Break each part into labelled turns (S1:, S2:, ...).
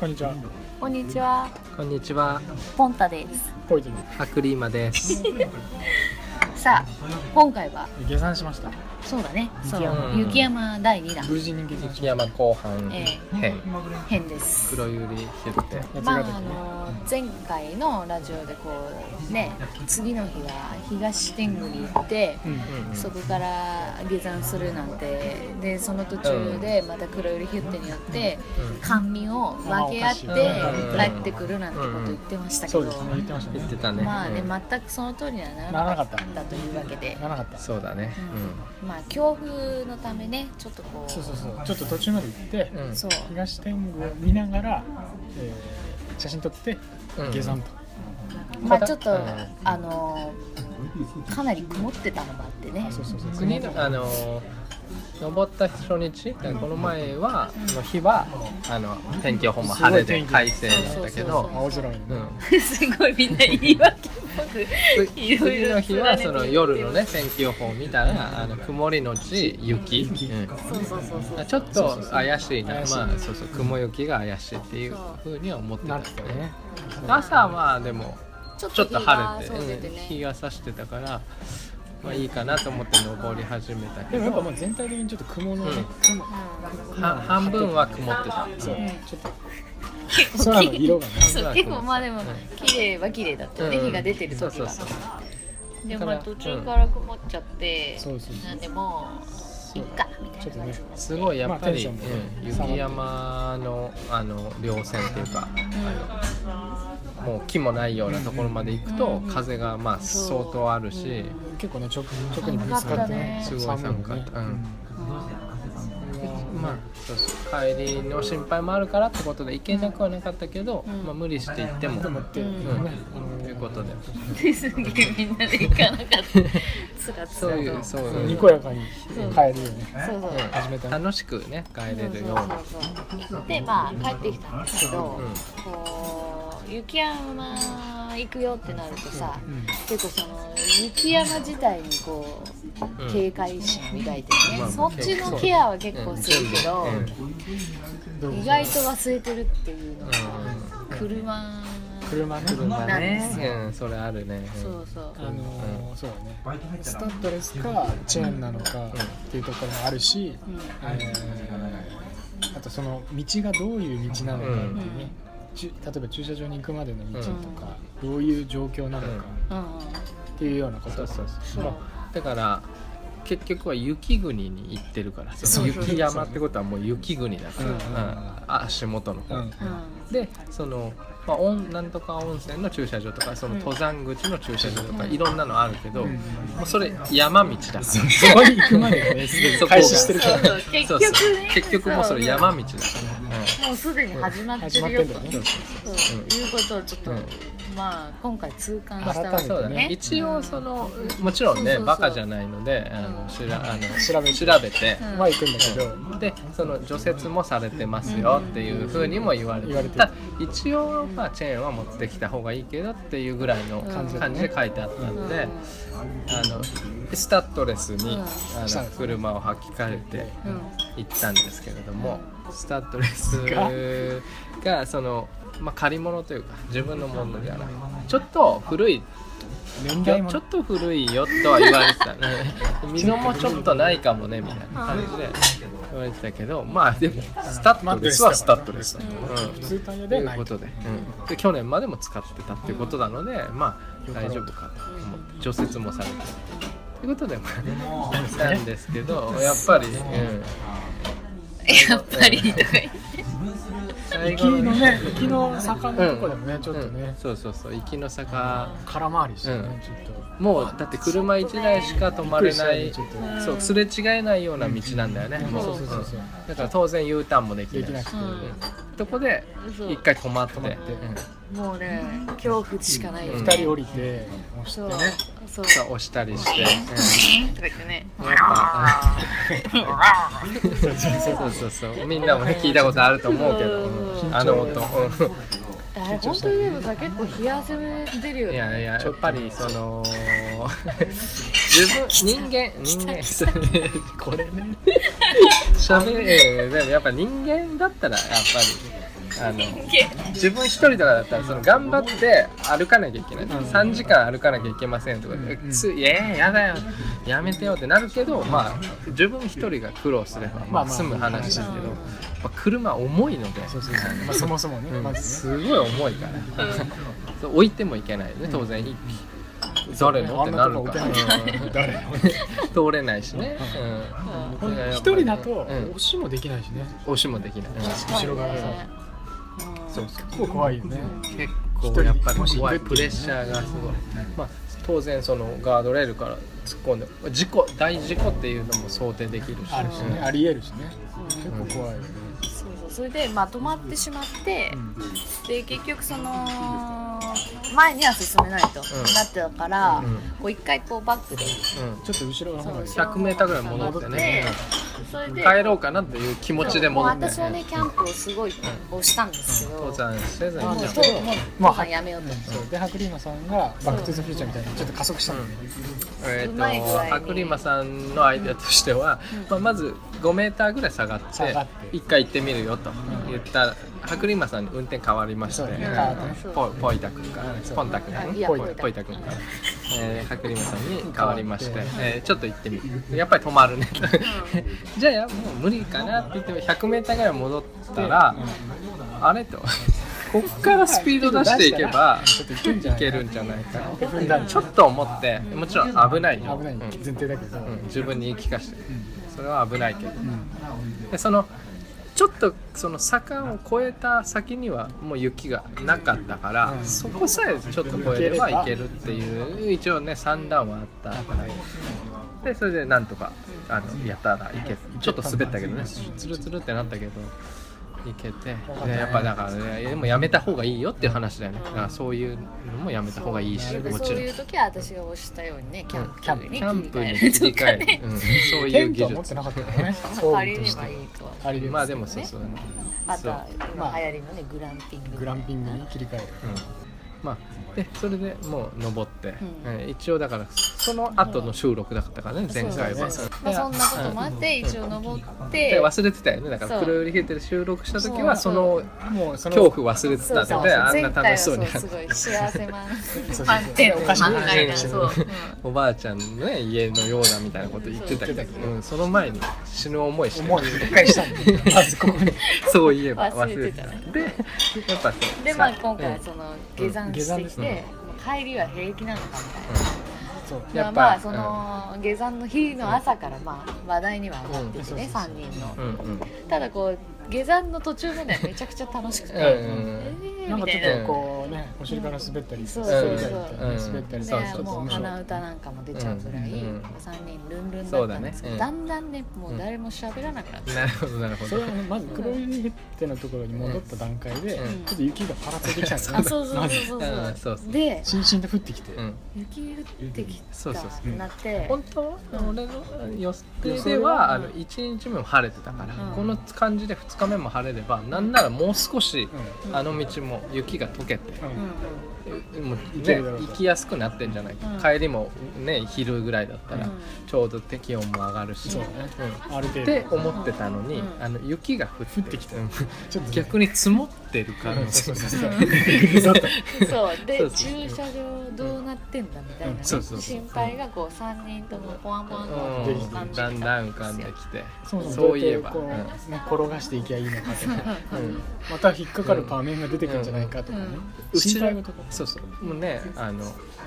S1: こんにちは。
S2: こんにちは、
S3: こんにちは、
S2: ポンタです。
S1: ポイズンで
S3: アクリーマです。
S2: さあ、今回は、
S1: す。下山しました。
S2: そうだね、その
S3: 雪山
S2: 雪山第2弾
S1: 無事に下山し
S3: 雪山後半
S2: え
S3: 編、
S2: 編です。
S3: 黒百合決
S1: た。
S3: 定。
S2: ま
S1: 八ヶ
S2: ああ
S1: 岳ね。
S2: の前回のラジオでこうね次の日は東天狗に行って
S1: うん。
S2: そこから下山するなんてでその途中でまた黒百合ヒュッテによって甘味を分け合って帰ってくるなんてこと言ってましたけ
S1: そ
S2: ど
S1: うですね。言ってましたね
S3: 言って。たね。
S2: まあね
S3: うん
S2: 全くその通りにはな
S1: な
S2: ら
S1: ら
S2: な
S1: な
S2: か
S1: か
S2: っ
S1: ったた
S2: というわけで
S1: 行かなかった。そ
S3: そうだね。
S2: まあ強風のためねちょっとこう
S1: うそうそう。ちょっと途中まで行って
S3: う、ん。
S2: そう
S1: 東天狗を見ながら、えー写真撮って
S3: うん
S1: 下山と。
S2: まあちょっと
S3: うん
S2: あのかなり曇ってたのもあってね
S1: あそうそうそう。
S3: 国のあのー登った初日、この前はの日はあの天気予報も晴れ
S1: すごい天
S3: で
S1: 気
S3: 快晴だったけ
S2: そう
S3: ど、
S1: 青空にね。
S3: う ん。
S2: すごいみんな言い訳っぽくいろい
S3: 次
S2: ろ
S3: の日はその夜のね天気予報を見たらあの曇りのち雪、うん
S2: そうそうそうそう
S3: ちょっと怪しいな
S1: 怪しい
S3: まあそうそう雲行きが怪しいっていうふうには思ってた
S1: な
S3: よ
S1: ってたね。
S3: 朝はでも
S2: ちょっ
S3: ちょっと
S2: 日が
S3: 晴れて
S2: そう出
S3: うん
S2: ね
S3: 日が差してたから、まあ、いいかなと思って登り始めた
S1: で
S3: け
S1: もやっぱも
S3: ど
S1: う全体的にちょっと雲のね
S3: うん、
S1: 雲
S3: は半分は曇ってた
S1: そう
S2: うん
S1: ちょっと
S2: 結構
S1: 空の色がね。
S2: そう結構まあでも綺麗は綺麗だったよね、
S3: うん
S2: 日が出てる時は
S3: そうそう
S2: で
S3: だ
S2: ま
S3: か
S2: あ
S3: ら
S2: 途中から曇っちゃって、
S1: そうそうそ
S2: な
S1: うん
S2: でもういっかみたい
S1: ちょ
S2: な
S1: っと
S2: 感
S1: ね
S2: じ、
S3: すごいやっぱ
S1: ま
S3: り、
S1: あテンションも
S3: うん雪山のあの稜線っていうかあのもう木もないようなところまで行くと、
S2: うん
S3: 風がまあ相当あるし、
S1: 結構ね直直にぶつかってね。
S3: 寒かったねすごい寒かった
S1: 寒いよね
S3: まあそうそう帰りの心配もあるからってことで行けなくはなかったけど、
S2: うん
S3: まあ、無理して行っても、うん
S1: ってねあの
S3: ということで、
S2: ですげえみんなで行かなかったつらつ
S3: そう
S2: らと
S3: いうそう
S1: そう
S3: いう
S1: にこやかに帰るよね
S2: そうそう
S3: うん
S1: 始めたね
S3: 楽しくね帰れるよう
S2: そうそうそうそうでまあ帰ってきたんですけど、
S3: うん
S2: こう雪山行くよってなるとさ、
S1: ん
S2: 結構その雪山自体にこう、
S3: うん
S2: 警戒心磨いてるね、
S3: まあ
S2: そっちのケアは結構するけど、
S3: うんうん
S1: どうぞ
S2: 意外と忘れてるっていうのが、
S3: う
S2: 車
S1: 車ね
S3: 車
S2: なんです
S3: ね、うん、それあるね。
S2: そうそう
S1: あのーそうだねスタッドレスかチェーンなのかっていうところもあるし、
S2: うん
S1: えーあとその道がどういう道なのかっていうね、ちゅ例えば駐車場に行くまでの道とか、どういう状況なのか
S2: うん
S1: っていうようなこと
S3: そうそうそう
S2: そう
S3: だから結局は雪国に行ってるからその
S2: そうそう
S3: 雪山ってことはもう雪国だから、
S1: うん
S3: うんあ足元の方、
S1: うん
S2: うん
S3: でその、まあ、温なんとか温泉の駐車場とかその
S2: うん
S3: 登山口の駐車場とか、
S2: うん
S3: いろんなのあるけど、
S1: うん
S3: もうそれ山道だから、
S1: そこに行くまでのねすで
S3: そ
S1: に
S3: こが
S1: 開始してるから
S2: そう結
S3: そ
S2: 局
S3: う
S2: ね
S3: そう結局もうそれ山道だから、
S2: もうすでに始まって
S1: 始まっ
S2: る
S1: て
S2: よ
S1: んだ
S2: と
S1: よね
S2: そういうことをちょっと、
S3: うん
S2: まあ今回痛感した
S1: 改
S2: わ
S1: め
S2: け
S1: て
S3: そうだね
S2: ね
S3: 一応そのもちろん
S2: そうそ
S3: ね
S2: うそう
S3: バカじゃないのであのしらあ
S1: 調
S3: の
S1: べて
S3: 調べて、
S2: うん
S1: まあ行くんだけど、
S3: でその除雪もされてますよっていうふうにも言われて,、
S1: 言われて
S3: ただ一応まあチェーンは持ってきた方がいいけどっていうぐらいの
S2: 感
S3: 感
S2: じ
S3: じ
S2: だ
S3: で
S1: ったね
S3: 書いてあった
S2: うん
S3: んで、あのスタッドレスに、
S2: うん
S3: あ
S1: したんですね
S3: の車を履き替えて
S2: うん
S3: 行ったんですけれども、スタッドレスがその、まあ、借り物というか自分のものではないちょっと古い
S1: 年
S3: よ
S1: 代も
S3: ちょっと古いよとは言われてた ね溝もちょっとないかもねみたいな感じで言われてたけどまあでもスタッドレスはスタッドレスだと、うん
S1: 普通タイヤ
S3: と
S1: で
S3: い
S1: な
S3: う
S1: い
S3: ことで,、うん、で去年までも使ってたっていうことなので、まあ大丈夫かと思って除雪もされてということでまあなんですけどやっぱり、うん、
S2: やっぱりとか言って
S3: 最
S1: 行き
S3: 後
S1: のね行きの坂のとこでもね、ちょっと
S3: うん
S1: ね、
S3: そうそうそう行きの坂
S1: 空回りしてね、
S3: うん
S1: ちょっと
S3: もうだって車1台しか止まれない
S1: ちょっと
S3: そうすれ違えないような道なんだよね、もう
S1: そうそうそうそう
S3: だから当然 U ターンもできない
S1: できなくて、
S3: そこで
S2: 嘘
S3: 一回止まって
S1: うん
S2: もうね恐怖しかないよ、
S3: うん
S1: 二人降りて押して
S2: そう
S1: ね
S2: そう
S3: さ押したりして、
S2: とか言ってね
S3: うんやっぱそうそうそうみんなもね聞いたことあると思うけど、
S2: うん
S3: うんあの音、
S2: あれ本当にでもさ結構冷や汗出るよ
S3: うんい
S2: ね
S3: やいややっぱりその自 分人間人間これね喋るでもやっぱ人間だったらやっぱりあの自分一人とかだったらその頑張って歩かなきゃいけない、3時間歩かなきゃいけませんとかで、
S1: うんうん
S3: ついえーやだよやめてよってなるけどまあ自分一人が苦労すれば、ま
S1: まあ
S3: あ、
S1: まあ
S3: 済む話ですけど、
S2: うん
S3: まあ、車重いので
S1: そうそうそうまあそもそもね、
S3: うん
S1: まずね
S3: すごい重いから、 そう置いてもいけないよね当然、誰のってなるか
S1: あんなとこ置いてない
S3: ら、
S1: 誰の
S3: うん通れないしね、うんこれがやっぱりね
S1: 一人だと
S3: うん
S1: 押しもできないしね、
S3: 押しもできない、
S1: 後ろからさ
S3: そうそう
S1: 結構怖いよね、
S3: 結構やっぱり怖いプレッシャーがすごい、まあ、当然そのガードレールから突っ込んで事故大事故っていうのも想定できるし
S1: あるしね、ありえるしね結構怖いよね、
S2: そうそうそれでまあ止まってしまって、
S1: うん
S2: で結局その前には進めないと、
S3: ん
S2: なってたから、
S3: うん
S2: こう一回こうバックで
S3: うん
S1: ちょっと後ろの方まで
S2: そう
S3: 100メーターぐらい戻ってね
S2: それ
S3: うん
S2: で
S3: 帰ろうかなっていう気持ちで戻って、
S2: もう私はねキャンプをすごい押したんですけど、
S3: 登山せずに
S2: もう
S3: キャンプ
S2: ともう
S1: まあ
S2: 登山やめようと、
S1: そうでハクリーマさんが「バック・トゥ・ザ・フューチャー」みたいにちょっと加速したのね、
S3: え
S2: うまい具合
S3: ー、
S2: に
S3: とアクリマさんのアイデアとしては、まあ、まず5メーターぐらい下がって
S1: 下がって
S3: 一回行ってみるよと言ったらアクリマさんに運転変わりまして、
S1: そうね
S3: うん
S1: 変わったね
S3: ポポイタ君から
S1: うんそう
S3: ポンタ君
S2: あ
S3: ん
S2: いや
S3: ポイ
S2: ポイタ
S3: ポイタ君から、えー、アクリマさんに変わりまして
S1: 変わっ、
S3: えーちょっと行ってみるやっぱり止まるね じゃあもう無理かなって言って1 0 0メーターぐらい戻ったら、あれとこっからスピード出していけば
S1: ちょっといけるんじゃ
S3: い
S1: ない
S3: けるんじゃないかな
S1: 踏んだん
S3: ちょっと思ってもちろん危ないよ
S1: 危ない
S3: うん
S1: 前提だけど、
S3: うん自分に言い聞かせてそれは危ないけど
S1: うん
S3: でそのちょっとその坂を越えた先にはもう雪がなかったから、
S1: うん
S3: そこさえちょっと越えればいけるっていう一応ね3段はあったからでそれでなんとかあのやったらいけちょっと滑ったけどねつるつるってなったけど。いけてでやっぱだから、ね、でもやめた方がいいよっていう話だよねだからそういうのもやめた方がいいし
S2: そう
S3: も
S2: そ
S3: ち
S2: う
S3: ろん
S2: いう時は私が押したようにねキャンプ
S1: キャンプ
S3: キャン
S2: に
S3: プに
S2: 切り
S3: 切り
S2: 替えると
S3: 替
S2: か
S3: え
S2: ね
S3: る、うん、そうい
S1: テ
S3: う
S1: ント
S3: 技
S1: は持って
S3: 術
S1: なかったからね
S2: 借りればいいと
S1: ありれ
S3: ま
S1: ば
S3: あでもそうそう、
S2: あ
S3: そ
S2: と
S3: う
S2: は
S1: ま
S2: 今
S1: あ
S2: 流行りのねグランピング
S1: グランピングに切り替える
S3: うんまあでそれでもう登って、
S2: うん
S3: えー一応だからその後の収録だったからね前回は
S2: そうそうそう
S3: で
S2: まあ、そんなこともあって
S3: うん
S2: 一応登っ
S3: で
S2: て
S3: 忘れてたよねだから
S2: そう
S3: 黒売りヒーテル収録した時は
S2: そ
S3: そうの
S1: もうその
S3: 恐怖忘れて
S2: そう
S3: た
S2: そう
S3: のであんな
S2: 前回
S3: 楽
S2: は
S3: しそ
S2: そう
S3: に
S2: う
S3: やって
S2: すごい幸せ満
S1: そうそう
S2: 満点の
S1: お菓子
S2: 満
S1: も
S2: 開だそう、うん
S3: おばあちゃんのね家のようだみたいなこと言ってたけど
S1: そう言ってたけど
S3: うん、その前に死ぬ思いして
S1: 思いを一回したんで まずここに
S3: そういえば忘
S2: 忘
S3: れ
S2: れて
S3: てた
S2: た
S3: でやっぱそう
S2: でまあ今回
S3: う
S2: は
S3: ん
S2: その下山
S1: 下
S2: して
S1: 山で
S2: き
S1: す
S2: て、
S1: ね
S2: もう帰りは平気なのかみたいな。
S1: そう
S3: やっぱ
S2: まあその、下山の日の朝からまあ話題には上がっててね、
S1: うん
S2: 三人の、
S3: うんうん
S2: ただこう下山の途中まではめちゃくちゃ楽しくて、
S3: うんうん
S2: えー
S1: なん
S2: み
S1: か
S2: た
S1: ち
S2: いな
S1: ょっとこうねお尻から滑ったり
S2: そう
S1: 滑
S2: そう
S1: り
S2: そう
S1: たりとか滑ったりと
S3: そう
S1: か
S3: そう
S2: ね
S3: そう
S2: もう鼻歌なんかも出ちゃうぐらい、
S3: うんうん
S2: 三人ルンルンだ
S3: そ
S2: っ
S3: う
S2: た
S3: だ
S2: ん
S3: ね
S2: ですけど、
S3: うん
S2: だんだんねもう誰も喋らなくなって、
S3: なるほどなるほ
S1: そ
S3: ど
S1: れはねまず黒いリってのところに戻った段階で、
S3: うん
S1: ちょっと雪がパラついてきたんです
S2: あそうそうそうそう
S3: うん
S2: そ、
S3: そううそう
S2: で
S1: しんしんと降ってきて、
S3: うん
S2: 雪降ってき
S3: そうそうそ
S2: たなって、
S3: 本当は俺の予定ではあの1日目も晴れてたから、
S2: うん
S3: この感じで2日目も晴れればなんならもう少し
S1: う、ん
S3: あの道も雪が溶けて、
S1: うん
S2: うんうん
S3: もう
S1: 行け
S3: ね
S1: るだろうと
S3: 行きやすくなってんじゃないか、
S2: うん
S3: 帰りもね昼ぐらいだったら、ちょうど適温も上がるし、
S1: そうねある程
S3: うんっ
S1: 度
S3: て思ってたのに、
S2: うん
S3: あの雪が降って
S1: 降ってきた
S3: うん
S1: ちょっとね
S3: 逆に積もってる
S1: う
S3: 感
S1: ん
S3: じ
S1: そうそう
S3: そ
S1: そう
S2: うんそうで
S3: そうそう
S2: 駐車場どうなってんだみたいなね、
S1: うん
S3: そうそうそう
S2: 心配がこう三人ともポワンポワンポワン
S1: う
S2: と
S1: ん
S2: 浮かんでき
S3: だ
S2: た
S3: んだん浮
S2: で
S3: かん
S2: す
S3: で
S2: よ
S3: きて
S1: そもそも
S3: そ
S1: ど
S3: う
S1: う
S3: い
S1: や
S3: え
S1: って
S3: ば
S1: こう、
S3: うん
S1: ね、転がしていきゃいいのかとか
S3: うん
S1: また引っかかる場面が出てくるんじゃないかとかね、
S3: うん
S1: 心配事
S3: そうそうもうねあの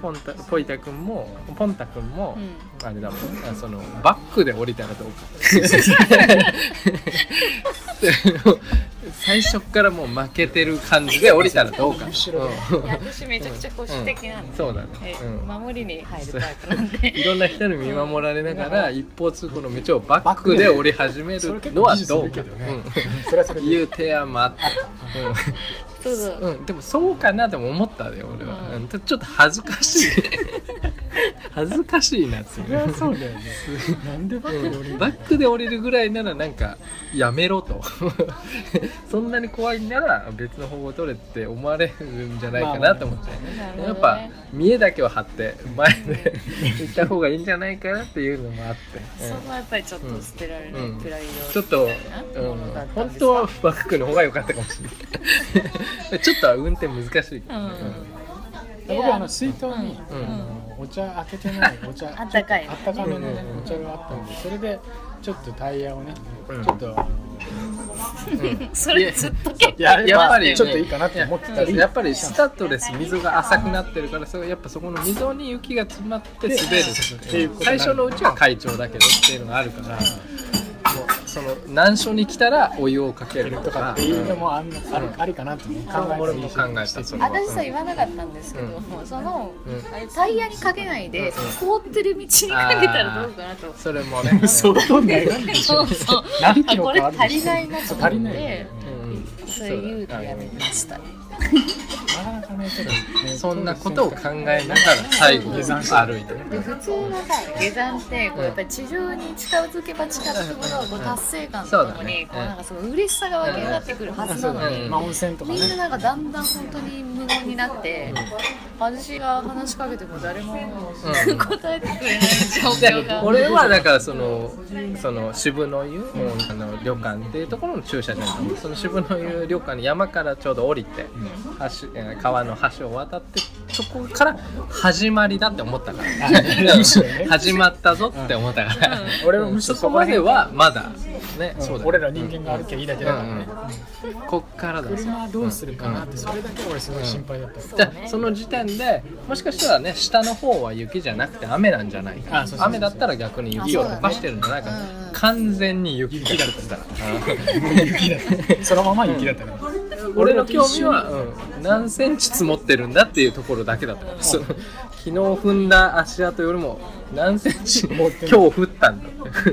S3: ポンタポイタ君もポンタ君も、あれだもんあそのバックで降りたらどうか最初からもう負けてる感じで降りたらどうか
S1: 後ろで
S3: うん
S2: いや私めちゃくちゃ保守的なんで、
S3: そうだね
S2: え、
S3: うん
S2: 守りに入るタイプなんで
S3: いろんな人に見守られながら一方通行の道をバックで降り始めるの
S1: それ結構
S3: はどうか
S1: 技術いるけどね
S3: う
S1: それはそれ
S3: ん
S1: で
S3: いう提案もあった、うん
S2: そうそう
S3: うん、でもそうかなでも思ったよ俺は、
S2: う
S3: うんちょっと恥ずかしい恥ずかしいなって
S1: そ
S3: い
S1: うれはそうだよねなんでバックで降りる
S3: バックで降りるぐらいならなんかやめろと そんなに怖いなら別の方法を取れって思われるんじゃないかなと思って、
S2: なるほどね
S3: やっぱ見えだけを張って前で行った方がいいんじゃないかなっていうのもあって、
S2: そこはやっぱりちょっと捨てられない
S3: うん
S2: プライド、
S3: ちょっと、う
S2: ものだったん
S3: 本
S2: ですか
S3: 当はバックの方が良かったかもしれない ちょっとは運転難しいけどね
S2: うん
S1: 僕はあの水筒に、
S3: う
S1: あ
S3: ん
S1: のお茶開けてないお茶
S2: あったかい
S1: ちょっとあったかめのね、
S3: うん
S1: お茶があったんでそれでちょっとタイヤをね、
S3: うん
S1: ちょっと
S2: それずっと結構
S1: やれば
S3: やっぱりね
S1: ちょっといいかなって思ってたり、
S3: やっぱりスタッドレス溝が浅くなってるからそれやっぱそこの溝に雪が詰まって滑るっていう最初のうちは快調だけどっていうのがあるからもうその難所に来たらお湯をかけると
S1: とか
S3: か
S1: っていうのもあんのあるありかなってね考え
S3: 俺も考えた
S1: して
S3: それは
S2: 私さ言わなかったんですけど、その、
S3: うん
S2: あれタイヤにかけないで、
S3: うん
S2: 凍ってる道にかけたらどうかなと
S3: それもね
S1: 相当悩んでし
S2: そ
S1: ょ
S2: うそう
S1: 何
S2: あ
S1: キロ
S2: これ
S1: かあるでしょ
S2: 足りないなと思
S1: 足り
S2: っ
S1: ないよ
S2: て
S1: ね
S3: うん
S2: それ言うのやめました
S1: なかなかねちょっとね
S3: そんなことを考えながら最後に歩いてね
S2: で普通はさ下山ってこうやっぱり地上に近づけば近づくほどこう達成感とともに
S3: そうだね
S2: こうなんかすごい嬉しさが湧き上がってくるはずな
S1: そう
S2: の
S1: だ
S2: に
S1: ねまあ温泉とか
S2: み
S1: ね
S2: んななんかだんだん本当に無言になって私が話しかけても誰も
S3: うん
S2: 答えてくれない状況が
S3: 俺はだからそのその渋の湯あの旅館っていうところの駐車場にその渋の湯旅館に山からちょうど降りて橋えー川の橋を渡ってそこから始まりだって 思ったか
S1: あ
S3: ら
S1: むしろね
S3: 始まったぞって思ったから
S1: うん俺はむしろ
S3: そこまではまだね
S1: うん
S3: そうだ
S1: 俺ら人間が歩きゃいいだけだからね、
S3: うんこっからだぞ
S1: 車はどうするかなって
S3: うん
S1: それだけ俺すごい心配だった、
S2: そう
S3: じゃ
S2: ね
S3: あその時点でもしかしたらね下の方は雪じゃなくて雨なんじゃない
S1: あ
S3: か
S1: そうそうそう
S3: 雨だったら逆に雪を溶かしてるんじゃないかな、
S2: あそうだねうんうん
S3: 完全に雪だってたら
S1: 雪だったそのまま雪だったね、
S3: 俺の興味は、うん何センチ積もってるんだっていうところだけだったから、その昨日踏んだ足跡よりも何センチ
S1: 持
S3: 今
S1: っ
S3: 日
S1: てる
S3: 降ったんだって、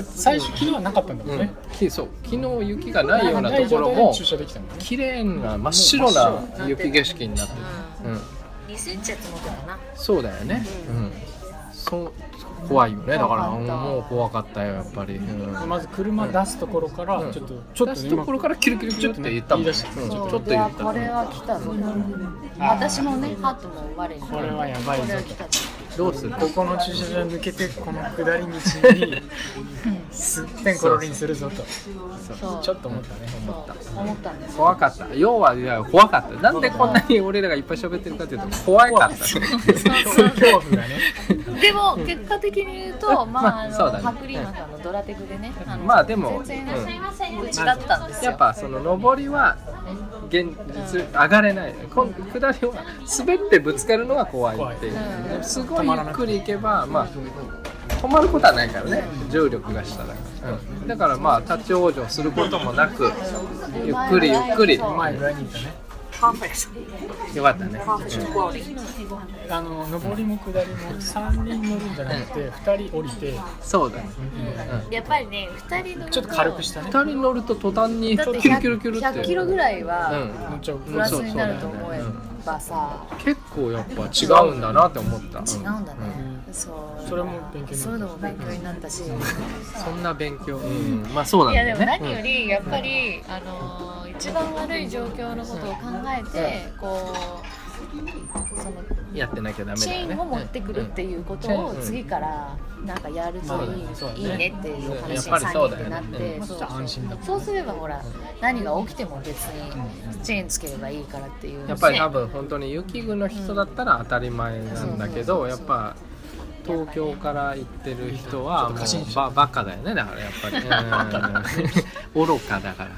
S1: で最初昨日はなかったんだも
S3: うんん
S1: ね、
S3: きそう昨日雪がないようなところ
S1: も
S3: も
S1: 駐車できたもんね
S3: 綺麗な真っ白な雪景色になってる、うん
S2: 2センチやつ持ってたな
S3: そうだよね。うん。そう怖いよね。だから
S2: 怖かった
S3: もう怖かったよやっぱり。うん。
S1: まず車出すところからちょっと、ちょっと
S3: 出すところからキルキルキルって言ったもん。うんちょっ
S2: そ
S3: と
S2: うで
S3: 言
S2: は
S3: った。
S2: これは来たぞ私もねハートも我に
S1: これはやばいぞ
S2: これは来たぞ
S3: どうする？
S1: ここの駐車場抜けてこの下り道にすってんころりんするぞと
S2: そう
S1: ちょっと思ったね
S2: そう思ったんです
S3: 怖かった。要はいや怖かった。なんでこんなに俺らがいっぱい喋ってるかっていうと怖か った。
S1: そういう恐怖がね
S2: でも結果的に言うと、まあ、あの、
S3: そうだね
S2: ハクリーマさんのドラテクでね、あの
S3: まあでも
S2: 全然いらっしゃいませ、うちだったんですよ。
S3: やっぱその上りは現実上がれない、こん、下りは滑ってぶつかるのが怖いっていう、
S2: 怖い
S3: でもすごいゆっくり行けばまあ止まることはないからね重力が下だから、うんだからまあ立ち往生することもなくゆっくりゆっくり
S1: うまい具合にいったね
S3: よかったね、
S1: あの上りも下りも3人乗るんじゃなくて2人降りて
S3: そうだね
S2: やっぱりね、二人の
S1: ちょっと軽くしたね
S3: 2人乗ると途端に
S2: だって
S3: キュルキュルキュルって
S2: 100キロぐらいうは
S3: ん
S1: 乗っちゃう
S2: プラスになると思えばさ、
S3: 結構やっぱ違うんだなって思った
S2: 違うんだね。そう。
S1: それも勉強になった
S2: そういうのも勉強になったし。
S3: そんな勉強、うんまあそうなん
S2: い
S3: だ
S2: や
S3: よね
S2: でも何よりやっぱり、あのー一番悪い状況のことを考えて、こうその
S3: うんやってなきゃダメ
S2: チ
S3: だ
S2: ェ
S3: よ
S2: ー
S3: ね
S2: ンを持ってくるっていうことを次からなんかやるといい,、いいねっていう話に3人でなってそうそうすればほら何が起きても別にチェーンつければいいからっていう
S3: やっぱり多分本当に雪国の人だったら当たり前なんだけど、やっぱ東京から行ってる人はも
S1: ちょっと過信し
S3: う
S1: ちゃ
S3: ババカだよねだからや っぱり、うん愚かだから、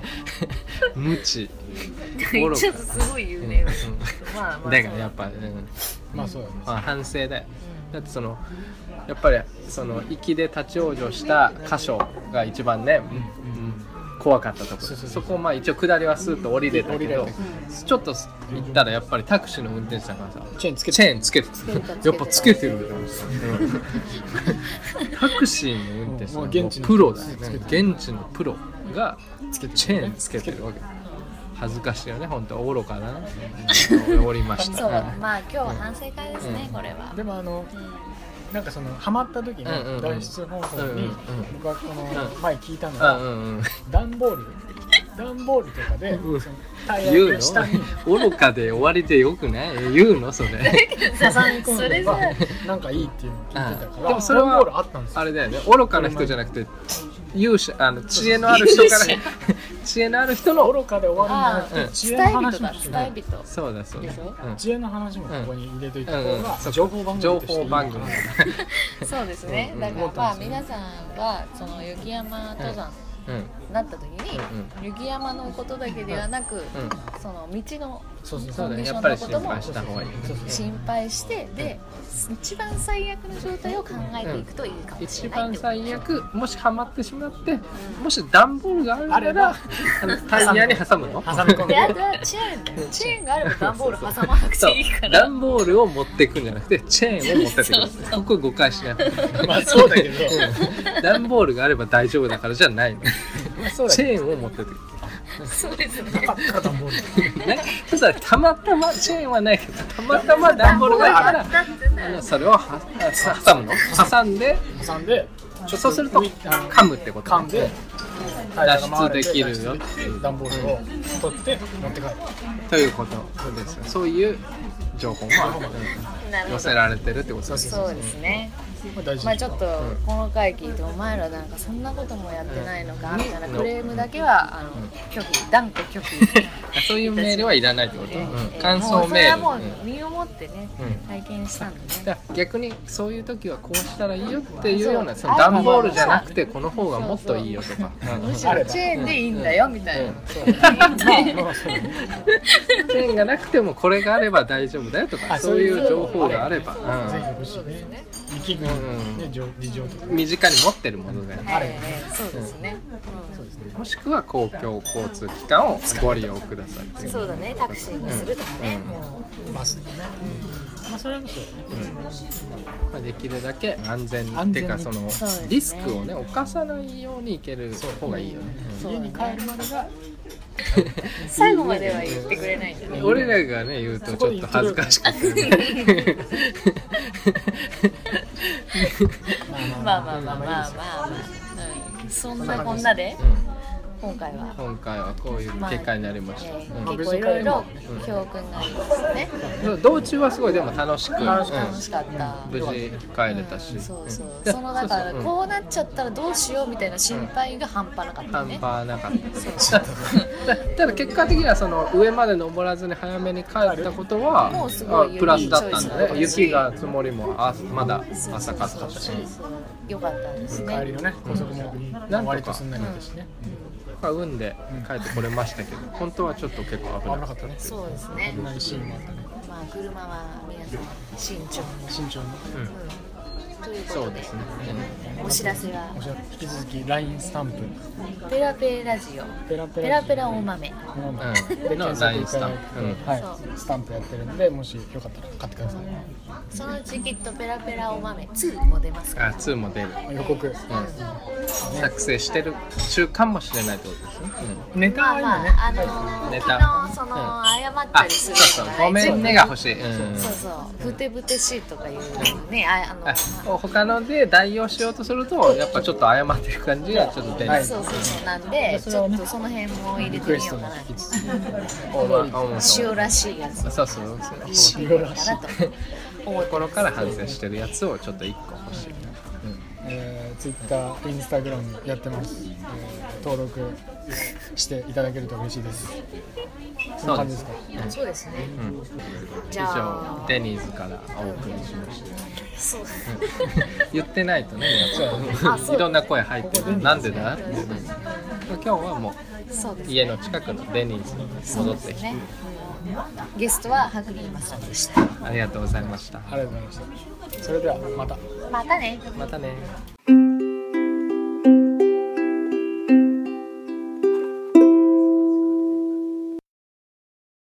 S3: 無知愚
S2: ちょっ
S3: か
S2: とすごい言うね、まあまあ
S3: だからやっぱ、うん
S1: まあそうだね
S3: まあ、反省だよだってそのやっぱりそのきで立ち往生した箇所が一番ね、うん怖かったところ
S1: そうそうそう
S3: そこをまあ一応下りはスーッと降りれたけど
S1: 降りれた
S3: ちょっと行ったらやっぱりタクシーの運転手さんがさ
S1: チェーンつけて
S3: チェーンつけて
S2: けてた
S3: やっぱつけてるんだよタクシーの運転手さ
S1: もうん現地の
S3: プロだよ
S1: つけて
S3: ね現地のプロが
S1: つけて
S3: チェーンつけてるわけ恥ずかしいよね本当愚かなうんおりました
S2: そうまあ今日は反省会ですね、これは、
S1: でもあのなんかそのハマった時
S3: うんうんう
S1: の
S3: ん
S1: 脱出方法
S3: うんうんう
S1: に
S3: ん
S1: 僕はこの前聞いたの
S3: あ
S1: が
S3: うんうん
S1: 段ボール段ボールとかで
S3: うん
S1: そのタイ
S3: 言う
S1: ヤの下に
S3: の愚かで終わりでよくない言うのそれ
S1: 挟み
S2: そ
S1: 込んで
S2: れ
S1: れ
S2: じゃ
S1: ばなんかいいっていうのを聞いてたから
S3: でもそれは
S1: 段ボールあったんですよ
S3: あれだよね愚かな人じゃなくて勇者あの知恵のある人から 知恵のある人の
S1: 愚かで終わるんじゃなくて知恵の話も
S2: 伝え人だ
S3: そうだそうだ、
S1: うん、知恵の話もここに入れといた方が
S3: そう
S1: 情報番組
S3: 情報番組
S2: そうですねだからまあ皆さんはその雪山登山、なった時に、うんうん、雪山のことだけではなく、うん、その道の
S3: コンデ
S2: ィションのことも心配してで一番最悪の状態を考えていくといいかもしれない、
S3: 一番最悪もしはまってしまってもし段ボールがあるならタイヤに挟むの
S2: 挟み込んであとはチェーンだよチェーンがあれば段ボール挟まなくていいから
S3: 段ボールを持っていくんじゃなくてチェーンを持ってってくるそこ誤解しない
S1: まあそうだ けど
S3: 段ボールがあれば大丈夫だからじゃないのチェーンを持ってて
S2: そうですね。
S3: そしたらたまたまチェーンはないけどたまたま段ボールがあるからそれをは挟むの挟んで
S1: 挟んで
S3: そうすると噛むってこと
S1: 噛んで
S3: 脱出できるよ
S1: 段ボールを取って持って帰る
S3: ということですよそういう情報も寄せられてるってこと
S2: ですね。まあちょっとこの回聞いてお前らなんかそんなこともやってないのかみたいなクレームだけはあの拒否断固拒否
S3: そういうメールはいらないってこと、えー、感想メールそれは
S2: もう身をもってね、うん、体験したんでね
S3: 逆にそういう時はこうしたらいいよっていうようなその段ボールじゃなくてこの方がもっといいよとか
S2: むしろチェーンでいいんだよみたいな、
S3: うんうん、チェーンがなくてもこれがあれば大丈夫だよとかそういう情報があれば
S1: ぜひ欲しいね生きる、ね、事情とか
S3: 身近に持ってるもので
S2: あれ、そうですね、そうですね
S3: もしくは公共交通機関をご利用ください
S2: そうだねタクシーにするとかね、
S1: うんバスとかね、まあそれもそう
S3: まあ、できるだけ安全にっていうかそのリスクをね犯さないように行ける方がいいよね
S1: 家に帰るまでが
S2: 最後までは言ってくれないんだね
S3: 俺らがね言うとちょっと恥ずかしくて、 ね、
S2: まあまあまあまあまあまあ、うん、そんなこんなで、うん、今回は
S3: 今回はこういう結果になりました、まあえ
S2: ー、結構いろいろ教訓がありますね、
S3: うん、道中はすごいでも楽しく
S2: 楽しかった、
S3: 無事帰れたし、
S2: そうそうそのだからこうなっちゃったらどうしようみたいな心配が半端なかったね、
S3: 半端なかった ただ結果的にはその上まで登らずに早めに帰ったことは
S2: もうすごい
S3: プラスだったんだね雪が積もりもあまだ浅かったし
S2: よかったですね
S1: 帰りのね高速も割とすんなりだしね、
S3: まあ、運で帰ってこれましたけど、本当はちょっと結構危な
S1: かったね
S2: そうですね
S1: 危ないシーンもあったね
S2: まあ車は皆さん慎重
S1: に慎重に、
S2: ということでですね、お知らせは
S1: 引き続き LINE スタンプ
S2: ペラペラジオ
S1: ペラペラ
S2: ペラペラ大豆、
S3: うん、で検索いただいて、
S1: はい、スタンプやってるんでもしよかったら買ってください、
S2: そのうちきっとペラペラお豆2も出ますから
S3: あ2も出る
S1: 予告、うん
S3: 作成してる中かもしれないってことですね、
S1: ネタは今ね、あ
S2: のネタその、謝ったりするそう
S3: そうごめんねが欲しい、
S2: そうそうふてぶてしいとかいうねああ
S3: の他ので代用しようとするとやっぱちょっと謝ってる感じがちょっと出
S2: ないそうそうそうなんでちょっとその辺も入れてみようかな塩らしいやつ
S3: そうそう
S1: そう塩らしい
S3: 心から反省してるやつをちょっと1個欲しい、
S1: えー、Twitter、Instagram やってます、えー、登録していただけると嬉しいです
S3: そうです、
S2: うん、そうですね、
S3: うん、以上デニーズからお送りしました
S2: そう
S3: 言ってないとねやっぱいろんな声入ってるなんでだって今日はもう、ね、家の近くのデニーズに 戻ってきて、ね
S2: うん、ゲストはハグリーマさんでした
S3: ありがとうございました
S1: ありがとうございましたそれではまた
S2: またね
S3: またね